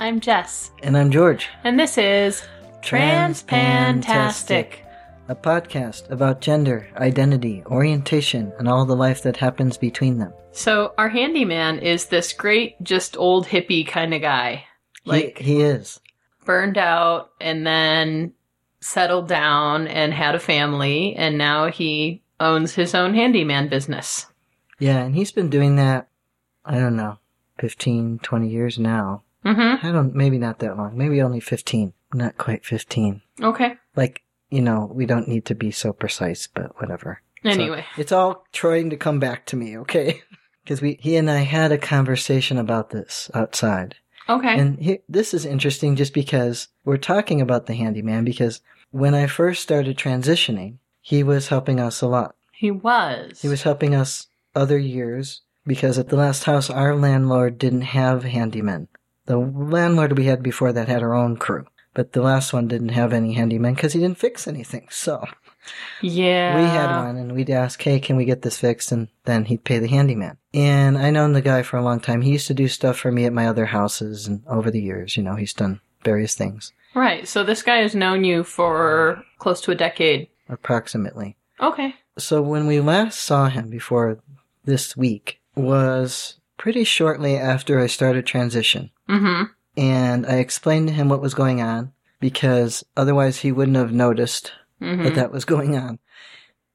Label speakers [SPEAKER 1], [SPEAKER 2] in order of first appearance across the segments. [SPEAKER 1] I'm Jess,
[SPEAKER 2] And I'm George.
[SPEAKER 1] and this is Transpantastic.
[SPEAKER 2] A podcast about gender, identity, orientation, and all the life that happens between them.
[SPEAKER 1] So, our handyman is this great, just old hippie kind of guy.
[SPEAKER 2] He-
[SPEAKER 1] Like,
[SPEAKER 2] he, is.
[SPEAKER 1] burned out and then settled down and had a family, and now he owns his own handyman business.
[SPEAKER 2] Yeah, and he's been doing that, I don't know, 15, 20 years now.
[SPEAKER 1] Mm
[SPEAKER 2] I don't, maybe not that long. Maybe only 15. Not quite 15.
[SPEAKER 1] hmm. Okay.
[SPEAKER 2] Like, you know, we don't need to be so precise, but whatever. So-
[SPEAKER 1] Anyway.
[SPEAKER 2] It's all trying to come back to me, okay? Because we, he and I had a conversation about this outside.
[SPEAKER 1] okay.
[SPEAKER 2] And he, this is interesting just because we're talking about the handyman because when I first started transitioning, he was helping us a lot.
[SPEAKER 1] he was.
[SPEAKER 2] He was helping us other years because at the last house, our landlord didn't have handymen. The landlord we had before that had her own crew, but the last one didn't have any handymen because he didn't fix anything. So
[SPEAKER 1] Yeah.
[SPEAKER 2] we had one and we'd ask, hey, can we get this fixed? And then he'd pay the handyman. And I known the guy for a long time. He used to do stuff for me at my other houses and over the years, you know, he's done various things
[SPEAKER 1] Right. So, this guy has known you for close to a decade.
[SPEAKER 2] approximately.
[SPEAKER 1] Okay.
[SPEAKER 2] So when we last saw him before this week was pretty shortly after I started transition.
[SPEAKER 1] Mm hmm.
[SPEAKER 2] And I explained to him what was going on because otherwise he wouldn't have noticed
[SPEAKER 1] hmm
[SPEAKER 2] that that was going on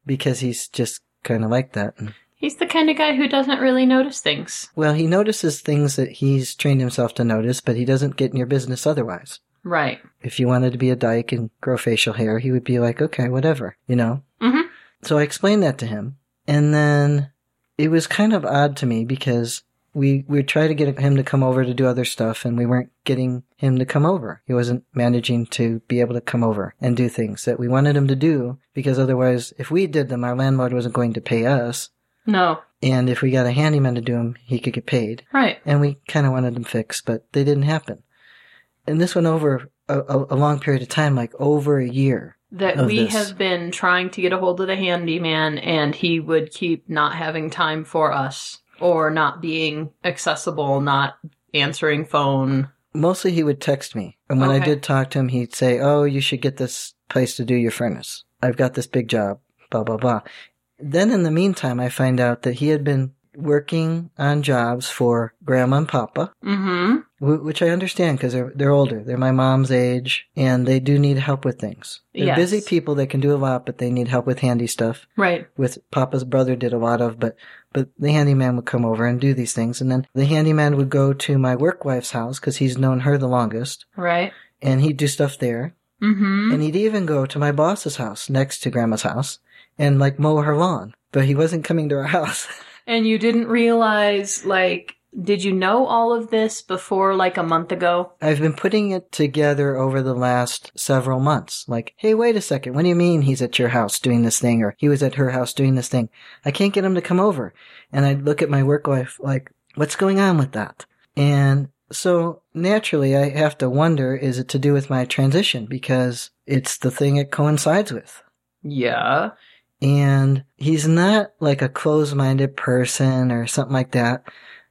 [SPEAKER 2] because he's just kind of like that. And
[SPEAKER 1] He's the kind of guy who doesn't really notice things.
[SPEAKER 2] Well, he notices things that he's trained himself to notice, but he doesn't get in your business otherwise.
[SPEAKER 1] Right.
[SPEAKER 2] If you wanted to be a dyke and grow facial hair, he would be like, okay, whatever, you know?
[SPEAKER 1] Mhm.
[SPEAKER 2] So I explained that to him. And then it was kind of odd to me because we, we tried to get him to come over to do other stuff and we weren't getting him to come over. He wasn't managing to be able to come over and do things that we wanted him to do because otherwise, if we did them, our landlord wasn't going to pay us.
[SPEAKER 1] No.
[SPEAKER 2] And if we got a handyman to do them, he could get paid
[SPEAKER 1] Right.
[SPEAKER 2] and we kind of wanted them fixed, but they didn't happen. And this went over a, a, a long period of time, like over a year.
[SPEAKER 1] That
[SPEAKER 2] of
[SPEAKER 1] we
[SPEAKER 2] this.
[SPEAKER 1] have been trying to get a hold of the handyman and he would keep not having time for us or not being accessible, not answering phone.
[SPEAKER 2] Mostly he would text me. And when I
[SPEAKER 1] Okay.
[SPEAKER 2] did talk to him, he'd say, Oh, you should get this place to do your furnace. I've got this big job, blah, blah, blah. Then in the meantime, I find out that he had been working on jobs for grandma and papa,
[SPEAKER 1] Mm
[SPEAKER 2] wh- which I understand because they're, they're older. They're my mom's age and they do need help with things. They're
[SPEAKER 1] Yes.
[SPEAKER 2] busy people. They can do a lot, but they need help with handy stuff.
[SPEAKER 1] hmm. Right.
[SPEAKER 2] with Papa's brother did a lot of, but but the handyman would come over and do these things, and then the handyman would go to my work wife's house because he's known her the longest,
[SPEAKER 1] Right.
[SPEAKER 2] and he'd do stuff there,
[SPEAKER 1] Mm hmm.
[SPEAKER 2] and he'd even go to my boss's house next to Grandma's house and like mow her lawn, but he wasn't coming to our house.
[SPEAKER 1] And you didn't realize, like, did you know all of this before, like, a month ago?
[SPEAKER 2] I've been putting it together over the last several months. Like, hey, wait a second. What do you mean he's at your house doing this thing or he was at her house doing this thing? I can't get him to come over. And I'd look at my work life like, what's going on with that? And so naturally I have to wonder, is it to do with my transition? Because it's the thing it coincides with.
[SPEAKER 1] Yeah.
[SPEAKER 2] And he's not like a closed-minded person or something like that.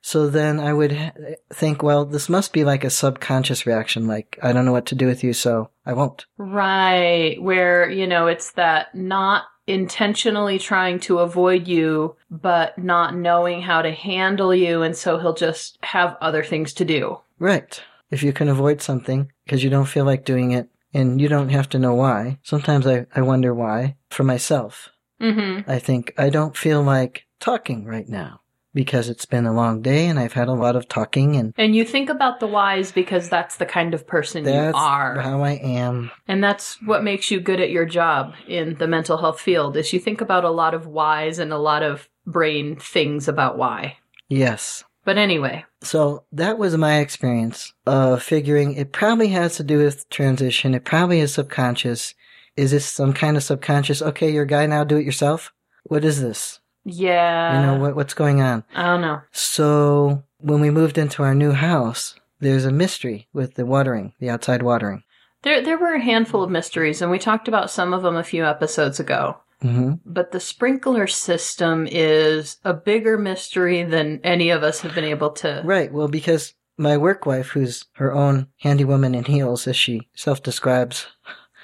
[SPEAKER 2] So then I would ha- think, well, this must be like a subconscious reaction. Like, I don't know what to do with you, so I won't.
[SPEAKER 1] Right, where, you know, it's that not intentionally trying to avoid you, but not knowing how to handle you, and so he'll just have other things to do.
[SPEAKER 2] Right. If you can avoid something because you don't feel like doing it and you don't have to know why. Sometimes I, I wonder why. For myself,
[SPEAKER 1] Mm-hmm.
[SPEAKER 2] I think I don't feel like talking right now because it's been a long day and I've had a lot of talking and
[SPEAKER 1] And you think about the whys because that's the kind of person
[SPEAKER 2] that's
[SPEAKER 1] you are.
[SPEAKER 2] how I am.
[SPEAKER 1] And that's what makes you good at your job in the mental health field is you think about a lot of whys and a lot of brain things about why.
[SPEAKER 2] Yes.
[SPEAKER 1] But anyway,
[SPEAKER 2] So that was my experience of figuring it probably has to do with transition. It probably is subconscious. Is this some kind of subconscious? Okay, you're a guy now, do it yourself. What is this?
[SPEAKER 1] yeah.
[SPEAKER 2] you know, what, what's going on?
[SPEAKER 1] I don't know.
[SPEAKER 2] So when we moved into our new house, there's a mystery with the watering, the outside watering.
[SPEAKER 1] There, there were a handful of mysteries, and we talked about some of them a few episodes ago.
[SPEAKER 2] hmm
[SPEAKER 1] But the sprinkler system is a bigger mystery than any of us have been able to.
[SPEAKER 2] Right. Well, because my work wife, who's her own handy woman in heels, as she self describes,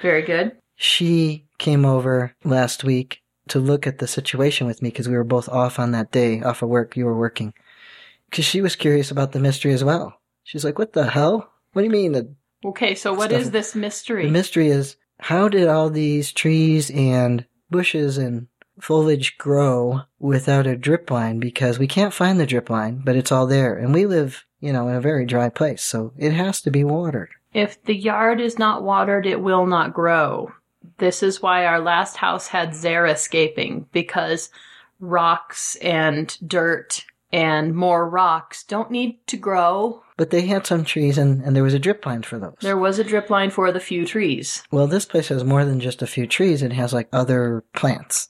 [SPEAKER 1] Very good.
[SPEAKER 2] she came over last week to look at the situation with me because we were both off on that day, off of work. You were working. Because she was curious about the mystery as well. She's like, what the hell? What do you mean? The,
[SPEAKER 1] Okay, so what
[SPEAKER 2] Stuff-
[SPEAKER 1] is this mystery?
[SPEAKER 2] the mystery is how did all these trees and bushes and foliage grow without a drip line? Because we can't find the drip line, but it's all there. And we live, you know, in a very dry place. So it has to be watered.
[SPEAKER 1] If the yard is not watered, it will not grow. This is why our last house had xer escaping because rocks and dirt and more rocks don't need to grow.
[SPEAKER 2] But they had some trees and, and there was a drip line for those.
[SPEAKER 1] There was a drip line for the few trees.
[SPEAKER 2] Well, this place has more than just a few trees. It has like other plants.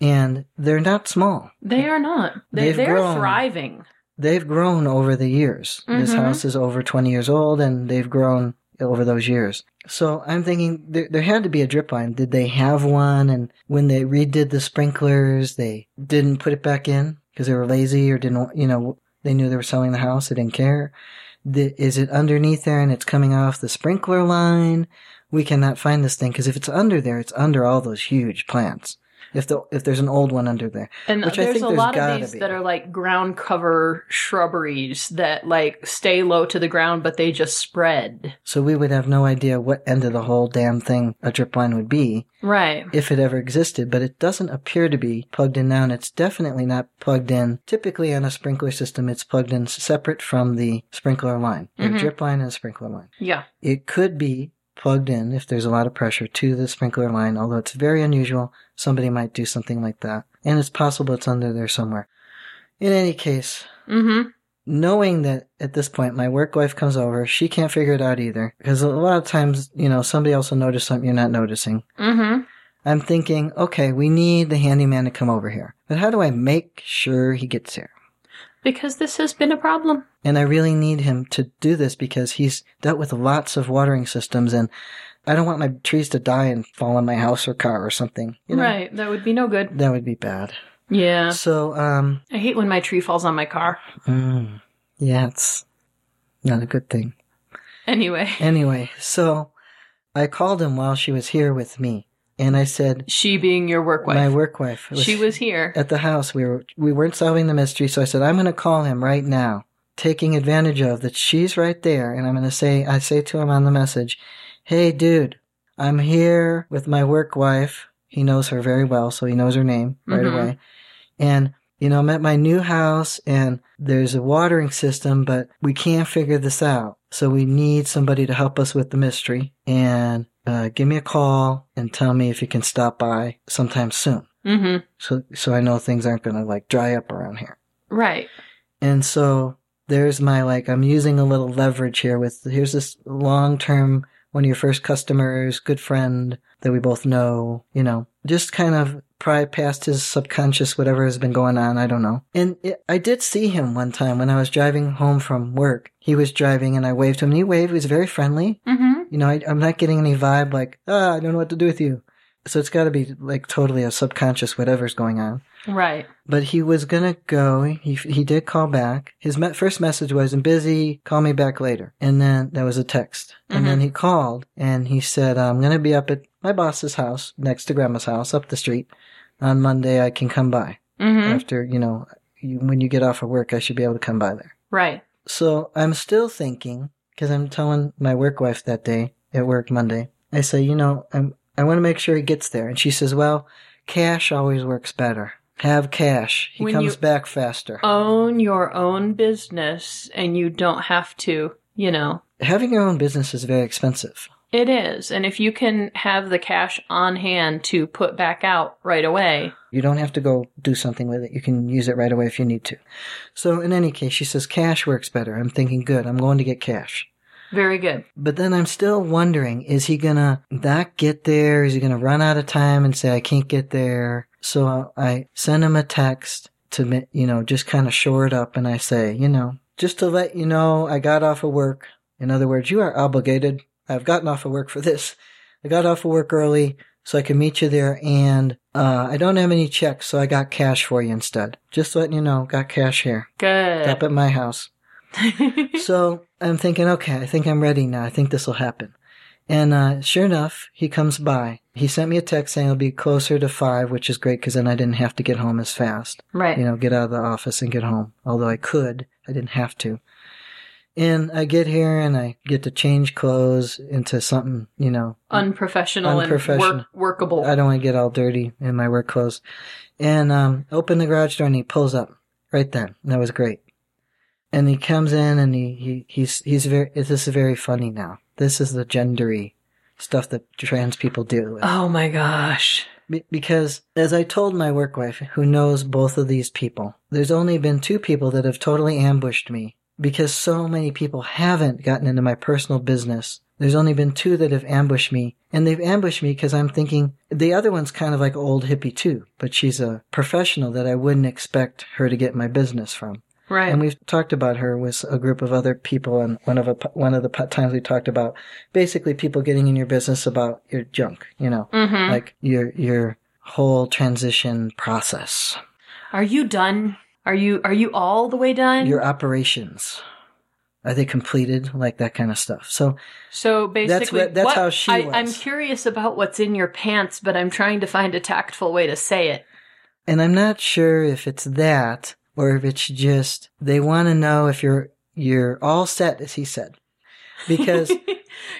[SPEAKER 2] And they're not small.
[SPEAKER 1] They are not. They,
[SPEAKER 2] They've
[SPEAKER 1] they're
[SPEAKER 2] grown.
[SPEAKER 1] thriving.
[SPEAKER 2] They've grown over the years. This
[SPEAKER 1] Mhm.
[SPEAKER 2] house is over 20 years old and they've grown over those years. So I'm thinking there, there had to be a drip line. Did they have one? And when they redid the sprinklers, they didn't put it back in because they were lazy or didn't, you know, they knew they were selling the house. They didn't care. The, is it underneath there and it's coming off the sprinkler line? We cannot find this thing because if it's under there, it's under all those huge plants. If the, if there's an old one under there,
[SPEAKER 1] And
[SPEAKER 2] Which I
[SPEAKER 1] there's
[SPEAKER 2] think
[SPEAKER 1] a
[SPEAKER 2] there's
[SPEAKER 1] lot of
[SPEAKER 2] gotta
[SPEAKER 1] these
[SPEAKER 2] be.
[SPEAKER 1] that are like ground cover shrubberies that like stay low to the ground, but they just spread.
[SPEAKER 2] So we would have no idea what end of the whole damn thing a drip line would be
[SPEAKER 1] Right.
[SPEAKER 2] if it ever existed, but it doesn't appear to be plugged in now and it's definitely not plugged in. Typically on a sprinkler system, it's plugged in separate from the sprinkler line, the
[SPEAKER 1] Mhm.
[SPEAKER 2] drip line and sprinkler line.
[SPEAKER 1] Yeah.
[SPEAKER 2] It could be plugged in if there's a lot of pressure to the sprinkler line, although it's very unusual. Somebody might do something like that. And it's possible it's under there somewhere. In any case,
[SPEAKER 1] Mm hmm.
[SPEAKER 2] knowing that at this point my work wife comes over, she can't figure it out either. Because a lot of times, you know, somebody else will notice something you're not noticing.
[SPEAKER 1] Mm
[SPEAKER 2] I'm thinking, okay, we need the handyman to come over here. But how do I make sure he gets here?
[SPEAKER 1] hmm. Because this has been a problem.
[SPEAKER 2] And I really need him to do this because he's dealt with lots of watering systems and I don't want my trees to die and fall on my house or car or something. You know?
[SPEAKER 1] Right. That would be no good.
[SPEAKER 2] That would be bad.
[SPEAKER 1] Yeah.
[SPEAKER 2] So, um,
[SPEAKER 1] I hate when my tree falls on my car.
[SPEAKER 2] mm, yeah, it's not a good thing.
[SPEAKER 1] Anyway,
[SPEAKER 2] Anyway, so I called him while she was here with me, and I said,
[SPEAKER 1] she being your work
[SPEAKER 2] "My
[SPEAKER 1] wife.
[SPEAKER 2] work wife."
[SPEAKER 1] she was here.
[SPEAKER 2] at the house. We were we weren't solving the mystery, so I said, "I'm going to call him right now, taking advantage of that she's right there." And I'm going to say, I say to him on the message, "Hey, dude, I'm here with my work wife. He knows her very well, so he knows her name right
[SPEAKER 1] Mhm.
[SPEAKER 2] away, and." You know, I'm at my new house and there's a watering system, but we can't figure this out. So we need somebody to help us with the mystery and uh, give me a call and tell me if you can stop by sometime soon
[SPEAKER 1] Mm
[SPEAKER 2] so so I know things aren't gonna like dry up around here.
[SPEAKER 1] hmm. Right.
[SPEAKER 2] And so there's my like I'm using a little leverage here with here's this long term one of your first customers, good friend that we both know, you know, just kind of pry past his subconscious whatever has been going on, I don't know. And it, I did see him one time when I was driving home from work. He was driving and I waved to him and he waved, he was very friendly.
[SPEAKER 1] Mm hmm.
[SPEAKER 2] You know, I, I'm not getting any vibe like, ah, I don't know what to do with you. So it's got to be like totally a subconscious whatever's going on.
[SPEAKER 1] Right.
[SPEAKER 2] But he was gonna go. He he did call back. His me- first message was, "I'm busy. Call me back later." And then that was a text. And then he called and he said, "I'm gonna be up at my boss's house next to Grandma's house up the street on Monday. I can come by
[SPEAKER 1] Mm hmm.
[SPEAKER 2] after you know you, when you get off of work. I should be able to come by there."
[SPEAKER 1] Right.
[SPEAKER 2] So I'm still thinking because I'm telling my work wife that day at work Monday. I say, you know, I'm I want to make sure he gets there, and she says, well, cash always works better. Have cash. He
[SPEAKER 1] When
[SPEAKER 2] comes
[SPEAKER 1] you- Oh.
[SPEAKER 2] back faster.
[SPEAKER 1] Own your own business and you don't have to, you know.
[SPEAKER 2] Having your own business is very expensive.
[SPEAKER 1] It is. And if you can have the cash on hand to put back out right away.
[SPEAKER 2] You don't have to go do something with it. You can use it right away if you need to. So in any case, she says cash works better. I'm thinking, good. I'm going to get cash.
[SPEAKER 1] Very good.
[SPEAKER 2] But then I'm still wondering, is he gonna not get there? Is he gonna run out of time and say, I can't get there? So I send him a text to, ma- you know, just kind of shore it up. And I say, you know, just to let you know, I got off of work. In other words, you are obligated. I've gotten off of work for this. I got off of work early so I can meet you there. And, uh, I don't have any checks. So I got cash for you instead. Just letting you know, got cash here.
[SPEAKER 1] Good.
[SPEAKER 2] Stop at my house. so I'm thinking, okay, I think I'm ready now. I think this will happen. And uh, sure enough, he comes by. He sent me a text saying it'll be closer to five, which is great because then I didn't have to get home as fast.
[SPEAKER 1] right.
[SPEAKER 2] You know, get out of the office and get home. Although I could, I didn't have to. And I get here and I get to change clothes into something, you know,
[SPEAKER 1] unprofessional,
[SPEAKER 2] Unprofessional.
[SPEAKER 1] and work, workable.
[SPEAKER 2] I don't want to get all dirty in my work clothes. And um, open the garage door and he pulls up right then. And that was great. And he comes in and he, he he's he's very this is very funny now. This is the gendery stuff that trans people deal with.
[SPEAKER 1] oh my gosh.
[SPEAKER 2] Be- because as I told my work wife, who knows both of these people, there's only been two people that have totally ambushed me because so many people haven't gotten into my personal business. There's only been two that have ambushed me, and they've ambushed me because I'm thinking the other one's kind of like old hippie too, but she's a professional that I wouldn't expect her to get my business from.
[SPEAKER 1] Right.
[SPEAKER 2] And we've talked about her with a group of other people, and one of a, one of the po- times we talked about basically people getting in your business about your junk, you know
[SPEAKER 1] hmm
[SPEAKER 2] like your your whole transition process,
[SPEAKER 1] Are you done? Are you are you all the way done?
[SPEAKER 2] your operations. Are they completed? Like that kind of stuff. So
[SPEAKER 1] so basically,
[SPEAKER 2] what- that's
[SPEAKER 1] what-
[SPEAKER 2] how she
[SPEAKER 1] I,
[SPEAKER 2] was.
[SPEAKER 1] I'm curious about what's in your pants, but I'm trying to find a tactful way to say it.
[SPEAKER 2] And I'm not sure if it's that or if it's just they want to know if you're you're all set, as he said, because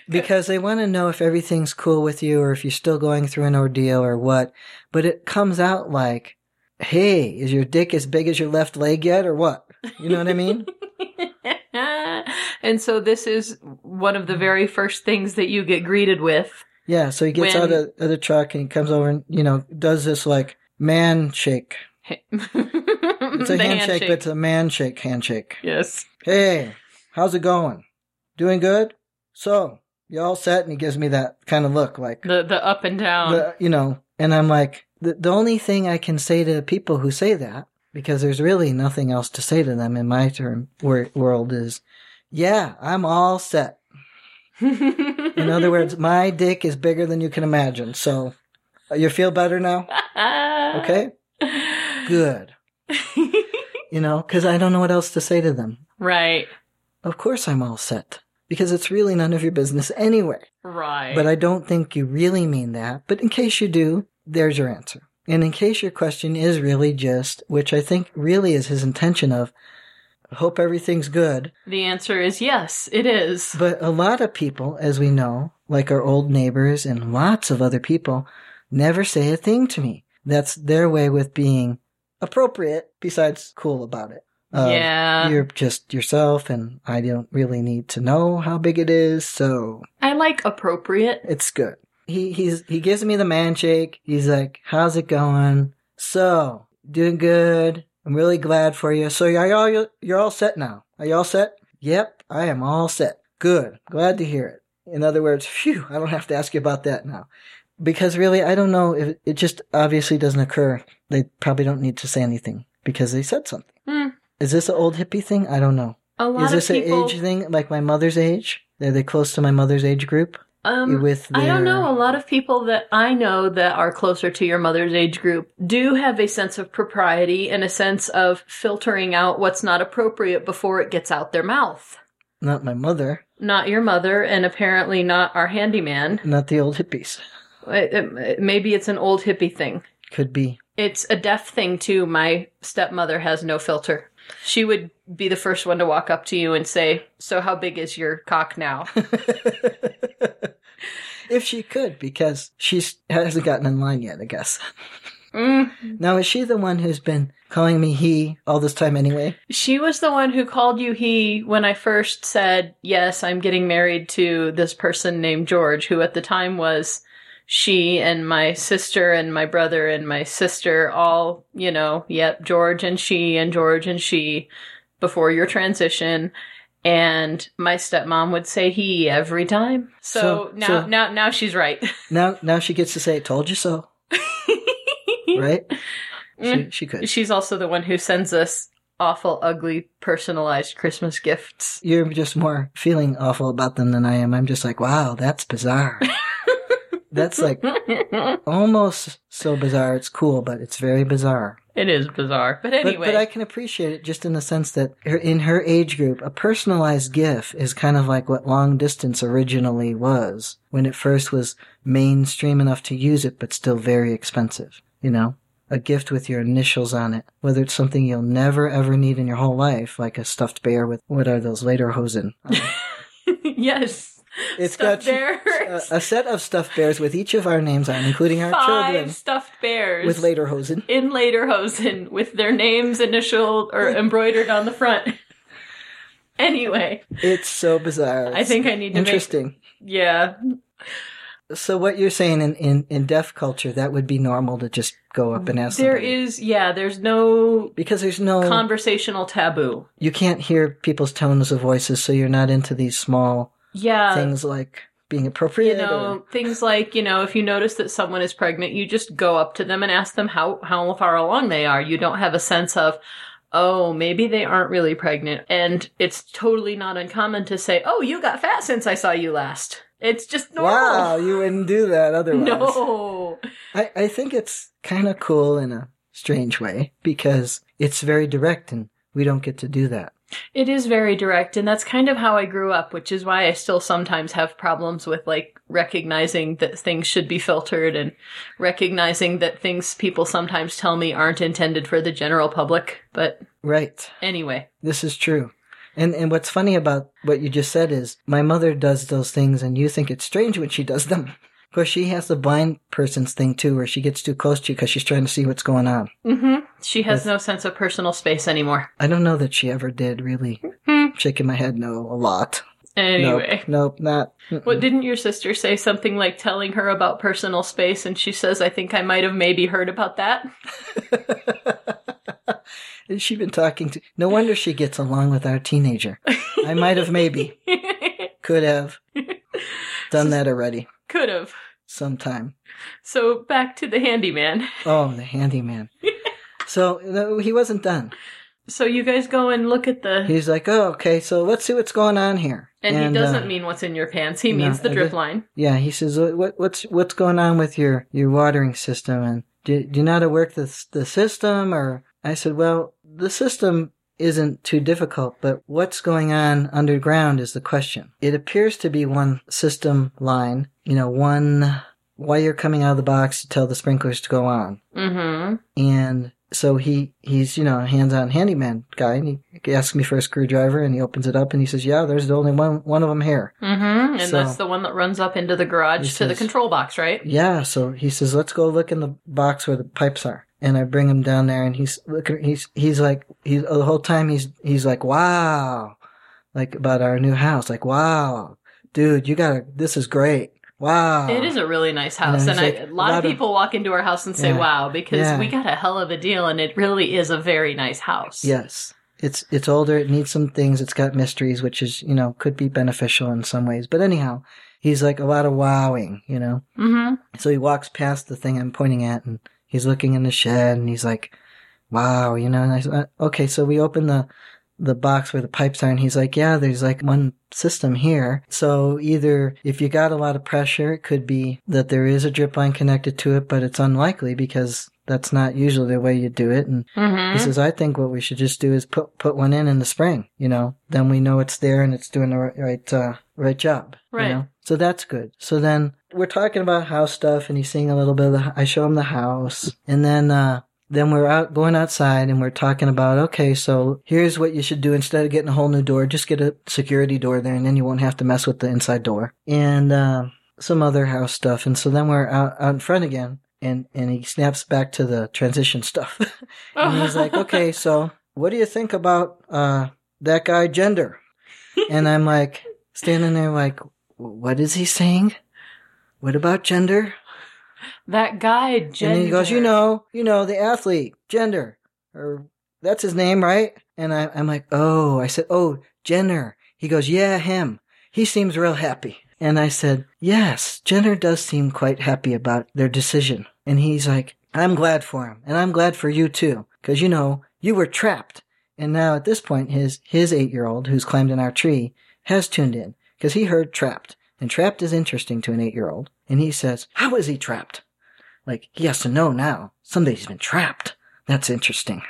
[SPEAKER 2] because they want to know if everything's cool with you or if you're still going through an ordeal or what. But it comes out like, hey, is your dick as big as your left leg yet or what? You know what I mean?
[SPEAKER 1] and so this is one of the very first things that you get greeted with.
[SPEAKER 2] Yeah, so he gets
[SPEAKER 1] When-
[SPEAKER 2] out of, of the truck and he comes over and, you know, does this like man shake.
[SPEAKER 1] it's
[SPEAKER 2] It's a handshake, but it's a man shake handshake.
[SPEAKER 1] yes.
[SPEAKER 2] Hey, how's it going? Doing good? So, you all set? And he gives me that kind of look like,
[SPEAKER 1] The the up and down.
[SPEAKER 2] the, you know, and I'm like, the, the only thing I can say to people who say that, because there's really nothing else to say to them in my term, wor- world is, yeah, I'm all set. In other words, my dick is bigger than you can imagine. So, you feel better now?
[SPEAKER 1] Uh,
[SPEAKER 2] Okay? good. You know, because I don't know what else to say to them.
[SPEAKER 1] Right.
[SPEAKER 2] Of course, I'm all set because it's really none of your business anyway.
[SPEAKER 1] Right.
[SPEAKER 2] But I don't think you really mean that. But in case you do, there's your answer. And in case your question is really just, which I think really is his intention of, hope everything's good.
[SPEAKER 1] the answer is yes, it is.
[SPEAKER 2] But a lot of people, as we know, like our old neighbors and lots of other people, never say a thing to me. That's their way with being appropriate, besides cool about it. Um, Of,
[SPEAKER 1] yeah.
[SPEAKER 2] Uh, you're just yourself and I don't really need to know how big it is, so
[SPEAKER 1] I like appropriate.
[SPEAKER 2] it's good. He he's he gives me the man shake. He's like, "How's it going?" So, doing good. I'm really glad for you. So, are y'all you're all set now? Are you all set? Yep, I am all set. Good. Glad to hear it. In other words, phew, I don't have to ask you about that now. Because really, I don't know if it just obviously doesn't occur. They probably don't need to say anything because they said something.
[SPEAKER 1] Hmm.
[SPEAKER 2] Is this an old hippie thing? I don't know.
[SPEAKER 1] A lot
[SPEAKER 2] Is this
[SPEAKER 1] of people.
[SPEAKER 2] an age thing, like my mother's age? Are they close to my mother's age group?
[SPEAKER 1] um,
[SPEAKER 2] with
[SPEAKER 1] I don't
[SPEAKER 2] their-
[SPEAKER 1] know. A lot of people that I know that are closer to your mother's age group do have a sense of propriety and a sense of filtering out what's not appropriate before it gets out their mouth.
[SPEAKER 2] Not my mother,
[SPEAKER 1] Not your mother, and apparently not our handyman.
[SPEAKER 2] not the old hippies.
[SPEAKER 1] It- it- maybe it's an old hippie thing.
[SPEAKER 2] Could be.
[SPEAKER 1] It's a deaf thing, too. My stepmother has no filter. She would be the first one to walk up to you and say, So, how big is your cock now?
[SPEAKER 2] if she could, because she hasn't gotten in line yet, I guess.
[SPEAKER 1] Mm.
[SPEAKER 2] Now, is she the one who's been calling me he all this time anyway?
[SPEAKER 1] She was the one who called you he when I first said, Yes, I'm getting married to this person named George, who at the time was she and my sister and my brother and my sister, all, you know, yep, George and she and George and she before your transition. And my stepmom would say he every time. So,
[SPEAKER 2] So-
[SPEAKER 1] now,
[SPEAKER 2] so-
[SPEAKER 1] now, now she's right.
[SPEAKER 2] Now, now she gets to say, told you so,
[SPEAKER 1] Mm.
[SPEAKER 2] right? she, she could.
[SPEAKER 1] she's also the one who sends us awful, ugly, personalized Christmas gifts.
[SPEAKER 2] You're just more feeling awful about them than I am. I'm just like, wow, that's bizarre. that's like almost so bizarre it's cool, but it's very bizarre.
[SPEAKER 1] It is bizarre. But anyway.
[SPEAKER 2] But, but I can appreciate it just in the sense that her, in her age group, a personalized GIF is kind of like what long distance originally was when it first was mainstream enough to use it, but still very expensive. You know, a gift with your initials on it, whether it's something you'll never ever need in your whole life, like a stuffed bear with what are those later hosen?
[SPEAKER 1] yes.
[SPEAKER 2] It's
[SPEAKER 1] stuffed
[SPEAKER 2] got
[SPEAKER 1] bears.
[SPEAKER 2] a, a set of stuffed bears with each of our names on, including our
[SPEAKER 1] Five
[SPEAKER 2] children,
[SPEAKER 1] stuffed bears.
[SPEAKER 2] with later hosen.
[SPEAKER 1] in Lederhosen with their names initial or embroidered on the front. anyway,
[SPEAKER 2] It's so bizarre.
[SPEAKER 1] I think I need to make
[SPEAKER 2] interesting.
[SPEAKER 1] yeah.
[SPEAKER 2] So what you're saying in, in, in deaf culture, that would be normal to just go up and ask
[SPEAKER 1] There
[SPEAKER 2] somebody.
[SPEAKER 1] is yeah, there's no
[SPEAKER 2] because there's no
[SPEAKER 1] conversational taboo.
[SPEAKER 2] you can't hear people's tones of voices, so you're not into these small
[SPEAKER 1] Yeah.
[SPEAKER 2] things like being
[SPEAKER 1] Uh, you
[SPEAKER 2] appropriate.
[SPEAKER 1] know,
[SPEAKER 2] or,
[SPEAKER 1] things like, you know, if you notice that someone is pregnant, you just go up to them and ask them how how far along they are. You don't have a sense of Oh, maybe they aren't really pregnant. And it's totally not uncommon to say, Oh, you got fat since I saw you last. It's just normal.
[SPEAKER 2] wow, you wouldn't do that otherwise.
[SPEAKER 1] No.
[SPEAKER 2] I, I think it's kind of cool in a strange way because it's very direct, and we don't get to do that.
[SPEAKER 1] It is very direct, and that's kind of how I grew up, which is why I still sometimes have problems with like recognizing that things should be filtered and recognizing that things people sometimes tell me aren't intended for the general public. But
[SPEAKER 2] Right.
[SPEAKER 1] anyway,
[SPEAKER 2] This is true. And and what's funny about what you just said is my mother does those things and you think it's strange when she does them. Of course, she has the blind person's thing too, where she gets too close to you because she's trying to see what's going on.
[SPEAKER 1] hmm she has no sense of personal space anymore.
[SPEAKER 2] I don't know that she ever did really.
[SPEAKER 1] Hmm.
[SPEAKER 2] Shaking my head, no, a lot.
[SPEAKER 1] Anyway.
[SPEAKER 2] Nope, nope, not. mm-mm.
[SPEAKER 1] What didn't your sister say something like telling her about personal space and she says I think I might have maybe heard about that?
[SPEAKER 2] Has she been talking to? No wonder she gets along with our teenager. I might have, maybe, could have done that already
[SPEAKER 1] Could have.
[SPEAKER 2] sometime.
[SPEAKER 1] So back to the handyman.
[SPEAKER 2] Oh, the handyman. So no, he wasn't done.
[SPEAKER 1] So you guys go and look at the.
[SPEAKER 2] He's like, oh, okay, so let's see what's going on here.
[SPEAKER 1] and, he doesn't
[SPEAKER 2] uh,
[SPEAKER 1] mean what's in your pants. He
[SPEAKER 2] no,
[SPEAKER 1] means the
[SPEAKER 2] I
[SPEAKER 1] drip
[SPEAKER 2] did-
[SPEAKER 1] line.
[SPEAKER 2] Yeah, he says, "What- what, what's what's going on with your, your watering system? And do, do you know how to work the, s- the system? Or I said, well, the system isn't too difficult, but what's going on underground is the question. It appears to be one system line, you know, one wire coming out of the box to tell the sprinklers to go on.
[SPEAKER 1] Mm-hmm.
[SPEAKER 2] and so he he's you know a hands-on handyman guy and he asks me for a screwdriver and he opens it up and he says yeah there's the only one one of them here
[SPEAKER 1] Mm-hmm. And
[SPEAKER 2] So-
[SPEAKER 1] that's the one that runs up into the garage
[SPEAKER 2] He
[SPEAKER 1] to the
[SPEAKER 2] says-
[SPEAKER 1] control box, right?
[SPEAKER 2] yeah so he says let's go look in the box where the pipes are and I bring him down there and he's looking he's he's like he's the whole time he's he's like wow like about our new house like wow dude you gotta this is great wow
[SPEAKER 1] It is a really nice house,
[SPEAKER 2] And
[SPEAKER 1] and
[SPEAKER 2] it's
[SPEAKER 1] I, a lot, of
[SPEAKER 2] like a lot of-
[SPEAKER 1] people walk into our house and say,
[SPEAKER 2] Yeah.
[SPEAKER 1] "Wow," because
[SPEAKER 2] Yeah.
[SPEAKER 1] we got a hell of a deal, and it really is a very nice house.
[SPEAKER 2] Yes. It's it's older, it needs some things, it's got mysteries, which is, you know, could be beneficial in some ways. But anyhow, he's like a lot of wowing, you know.
[SPEAKER 1] Mm-hmm.
[SPEAKER 2] So he walks past the thing I'm pointing at and he's looking in the shed and he's like, Wow, you know, and I said, Okay, so we open the the box where the pipes are and he's like, Yeah, there's like one system here. So either if you got a lot of pressure, it could be that there is a drip line connected to it, but it's unlikely because that's not usually the way you do it and he
[SPEAKER 1] Mm-hmm.
[SPEAKER 2] says, I think what we should just do is put put one in in the spring. You know, then we know it's there and it's doing the right right, uh, right job. you
[SPEAKER 1] Right.
[SPEAKER 2] know? So that's good. So then we're talking about house stuff, and he's seeing a little bit of the. I show him the house, and then uh, then we're out going outside, and we're talking about okay, so here's what you should do instead of getting a whole new door, just get a security door there, and then you won't have to mess with the inside door. And uh, some other house stuff. And so then we're out, out in front again. And, and he snaps back to the transition stuff. and he's like, okay, so what do you think about uh, that guy, gender? And I'm like, standing there, like, what is he saying? What about gender?
[SPEAKER 1] that guy." Gender.
[SPEAKER 2] And then he goes, you know, you know, the athlete, gender, or that's his name, right? And I, I'm like, oh, I said, oh, Jenner. He goes, yeah, him. He seems real happy. And I said, yes, Jenner does seem quite happy about their decision. And he's like, I'm glad for him. And I'm glad for you too. Cause you know, you were trapped. And now at this point, his, his eight year old who's climbed in our tree has tuned in because he heard trapped and trapped is interesting to an eight year old. And he says, how is he trapped? Like, he has to know now. Somebody's been trapped. That's interesting.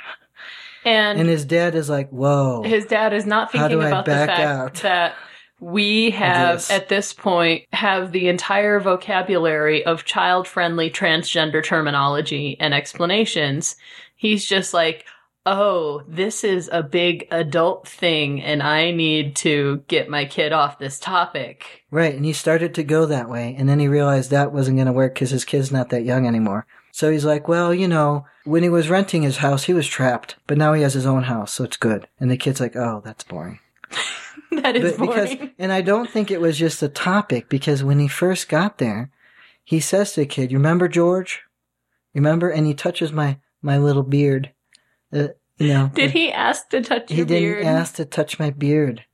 [SPEAKER 1] And,
[SPEAKER 2] And his dad is like, whoa.
[SPEAKER 1] his dad is not
[SPEAKER 2] How do
[SPEAKER 1] thinking
[SPEAKER 2] I
[SPEAKER 1] about the
[SPEAKER 2] back
[SPEAKER 1] fact
[SPEAKER 2] out?
[SPEAKER 1] that we have
[SPEAKER 2] This.
[SPEAKER 1] at this point have the entire vocabulary of child-friendly transgender terminology and explanations. He's just like, "Oh, this is a big adult thing and I need to get my kid off this topic."
[SPEAKER 2] Right, and he started to go that way, and then he realized that wasn't going to work because his kid's not that young anymore. So he's like, well, you know, when he was renting his house, he was trapped, but now he has his own house, so it's good. And the kid's like, oh, that's boring.
[SPEAKER 1] that is
[SPEAKER 2] But-
[SPEAKER 1] boring.
[SPEAKER 2] Because, and I don't think it was just the topic, because when he first got there, he says to the kid, you remember George? You Remember? And he touches my, my little beard. Uh, you know,
[SPEAKER 1] Did he ask to touch
[SPEAKER 2] he
[SPEAKER 1] your
[SPEAKER 2] didn't
[SPEAKER 1] beard?
[SPEAKER 2] ask to touch my beard.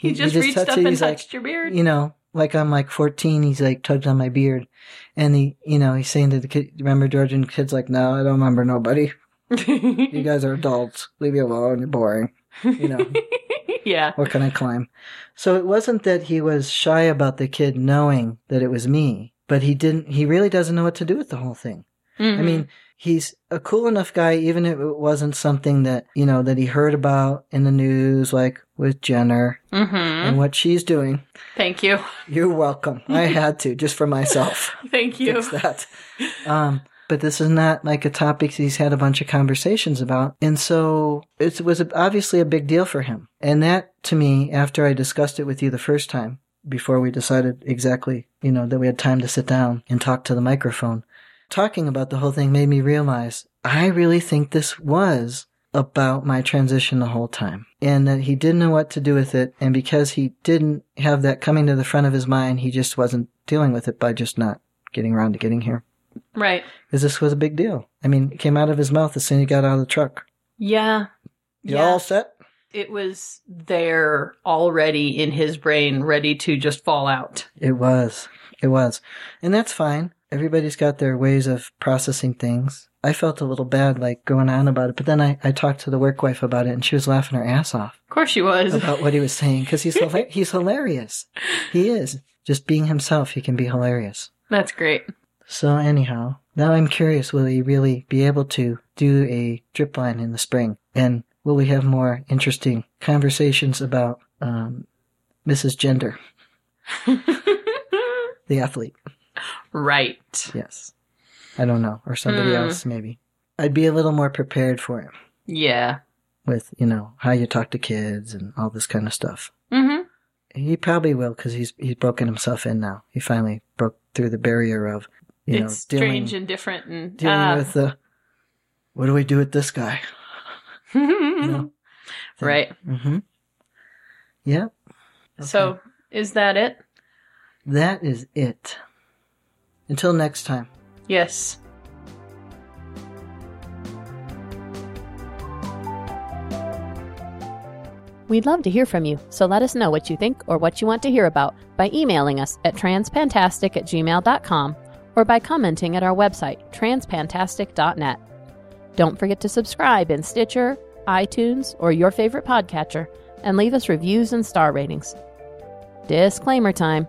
[SPEAKER 1] he,
[SPEAKER 2] he
[SPEAKER 1] just
[SPEAKER 2] just
[SPEAKER 1] reached
[SPEAKER 2] touched
[SPEAKER 1] up
[SPEAKER 2] it,
[SPEAKER 1] and
[SPEAKER 2] he's like,
[SPEAKER 1] touched your beard.
[SPEAKER 2] you know, like I'm like 14, he's like tugged on my beard. And he, you know, he's saying to the kid, remember George? And the kid's like, no, I don't remember nobody. You guys are adults. Leave me alone. You're boring. You know,
[SPEAKER 1] yeah.
[SPEAKER 2] what can I climb? So it wasn't that he was shy about the kid knowing that it was me, but he didn't, he really doesn't know what to do with the whole thing. I
[SPEAKER 1] Mhm.
[SPEAKER 2] mean, he's a cool enough guy, even if it wasn't something that, you know, that he heard about in the news, like with Jenner
[SPEAKER 1] Mhm.
[SPEAKER 2] and what she's doing.
[SPEAKER 1] Thank you.
[SPEAKER 2] You're welcome. I had to just for myself.
[SPEAKER 1] Thank you.
[SPEAKER 2] fix that. Um, but this is not like a topic he's had a bunch of conversations about. And so it was obviously a big deal for him. And that to me, after I discussed it with you the first time, before we decided exactly, you know, that we had time to sit down and talk to the microphone, talking about the whole thing made me realize I really think this was about my transition the whole time and that he didn't know what to do with it. And because he didn't have that coming to the front of his mind, he just wasn't dealing with it by just not getting around to getting here.
[SPEAKER 1] Right.
[SPEAKER 2] Because this was a big deal. I mean, it came out of his mouth as soon as he got out of the truck.
[SPEAKER 1] Yeah.
[SPEAKER 2] You
[SPEAKER 1] Yeah.
[SPEAKER 2] all set?
[SPEAKER 1] It was there already in his brain, ready to just fall out.
[SPEAKER 2] It was. It was. And that's fine. Everybody's got their ways of processing things. I felt a little bad, like going on about it, but then I, I talked to the work wife about it and she was laughing her ass off.
[SPEAKER 1] Of course she was.
[SPEAKER 2] about what he was saying because he's hila- he's hilarious. He is just being himself. He can be hilarious.
[SPEAKER 1] That's great.
[SPEAKER 2] So anyhow, now I'm curious: will he really be able to do a drip line in the spring? And will we have more interesting conversations about um, Mrs. Gender, the athlete?
[SPEAKER 1] right.
[SPEAKER 2] Yes, I don't know, or somebody
[SPEAKER 1] Hmm.
[SPEAKER 2] else maybe. I'd be a little more prepared for him
[SPEAKER 1] Yeah.
[SPEAKER 2] with you know how you talk to kids and all this kind of stuff.
[SPEAKER 1] Mm-hmm.
[SPEAKER 2] He probably will because he's he's broken himself in now. He finally broke through the barrier of you
[SPEAKER 1] It's
[SPEAKER 2] know dealing,
[SPEAKER 1] strange and different and
[SPEAKER 2] dealing
[SPEAKER 1] ah.
[SPEAKER 2] with the what do we do with this guy? know?
[SPEAKER 1] Right.
[SPEAKER 2] Mm-hmm. Yeah. Okay.
[SPEAKER 1] So is that it?
[SPEAKER 2] that is it. Until next time.
[SPEAKER 1] Yes.
[SPEAKER 3] We'd love to hear from you, so let us know what you think or what you want to hear about by emailing us at transpantastic at gmail.com or by commenting at our website, transpantastic.net. Don't forget to subscribe in Stitcher, iTunes, or your favorite podcatcher and leave us reviews and star ratings. Disclaimer time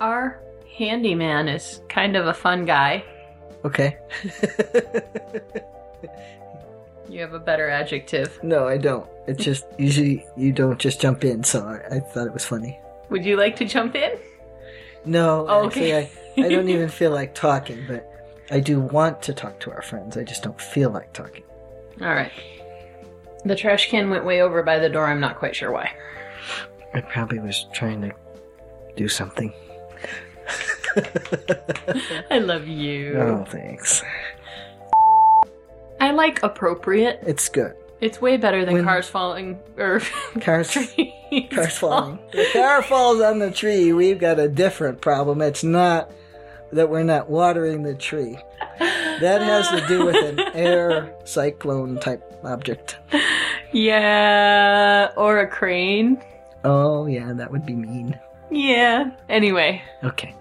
[SPEAKER 1] Our handyman is kind of a fun guy.
[SPEAKER 2] Okay.
[SPEAKER 1] You have a better adjective.
[SPEAKER 2] no, I don't. It's just usually you don't just jump in, so I, I thought it was funny.
[SPEAKER 1] Would you like to jump in?
[SPEAKER 2] No,
[SPEAKER 1] Oh,
[SPEAKER 2] actually,
[SPEAKER 1] okay.
[SPEAKER 2] I, I don't even feel like talking, but I do want to talk to our friends. I just don't feel like talking.
[SPEAKER 1] All right. The trash can went way over by the door. I'm not quite sure why.
[SPEAKER 2] I probably was trying to do something.
[SPEAKER 1] I love you.
[SPEAKER 2] Oh, thanks.
[SPEAKER 1] I like appropriate.
[SPEAKER 2] It's good.
[SPEAKER 1] It's way better than
[SPEAKER 2] When-
[SPEAKER 1] cars falling or
[SPEAKER 2] Cars,
[SPEAKER 1] trees.
[SPEAKER 2] cars falling. If a car falls on the tree, we've got a different problem. It's not that we're not watering the tree. That has to do with an air cyclone type object.
[SPEAKER 1] Yeah, or a crane.
[SPEAKER 2] Oh yeah, that would be mean.
[SPEAKER 1] Yeah. Anyway,
[SPEAKER 2] Okay.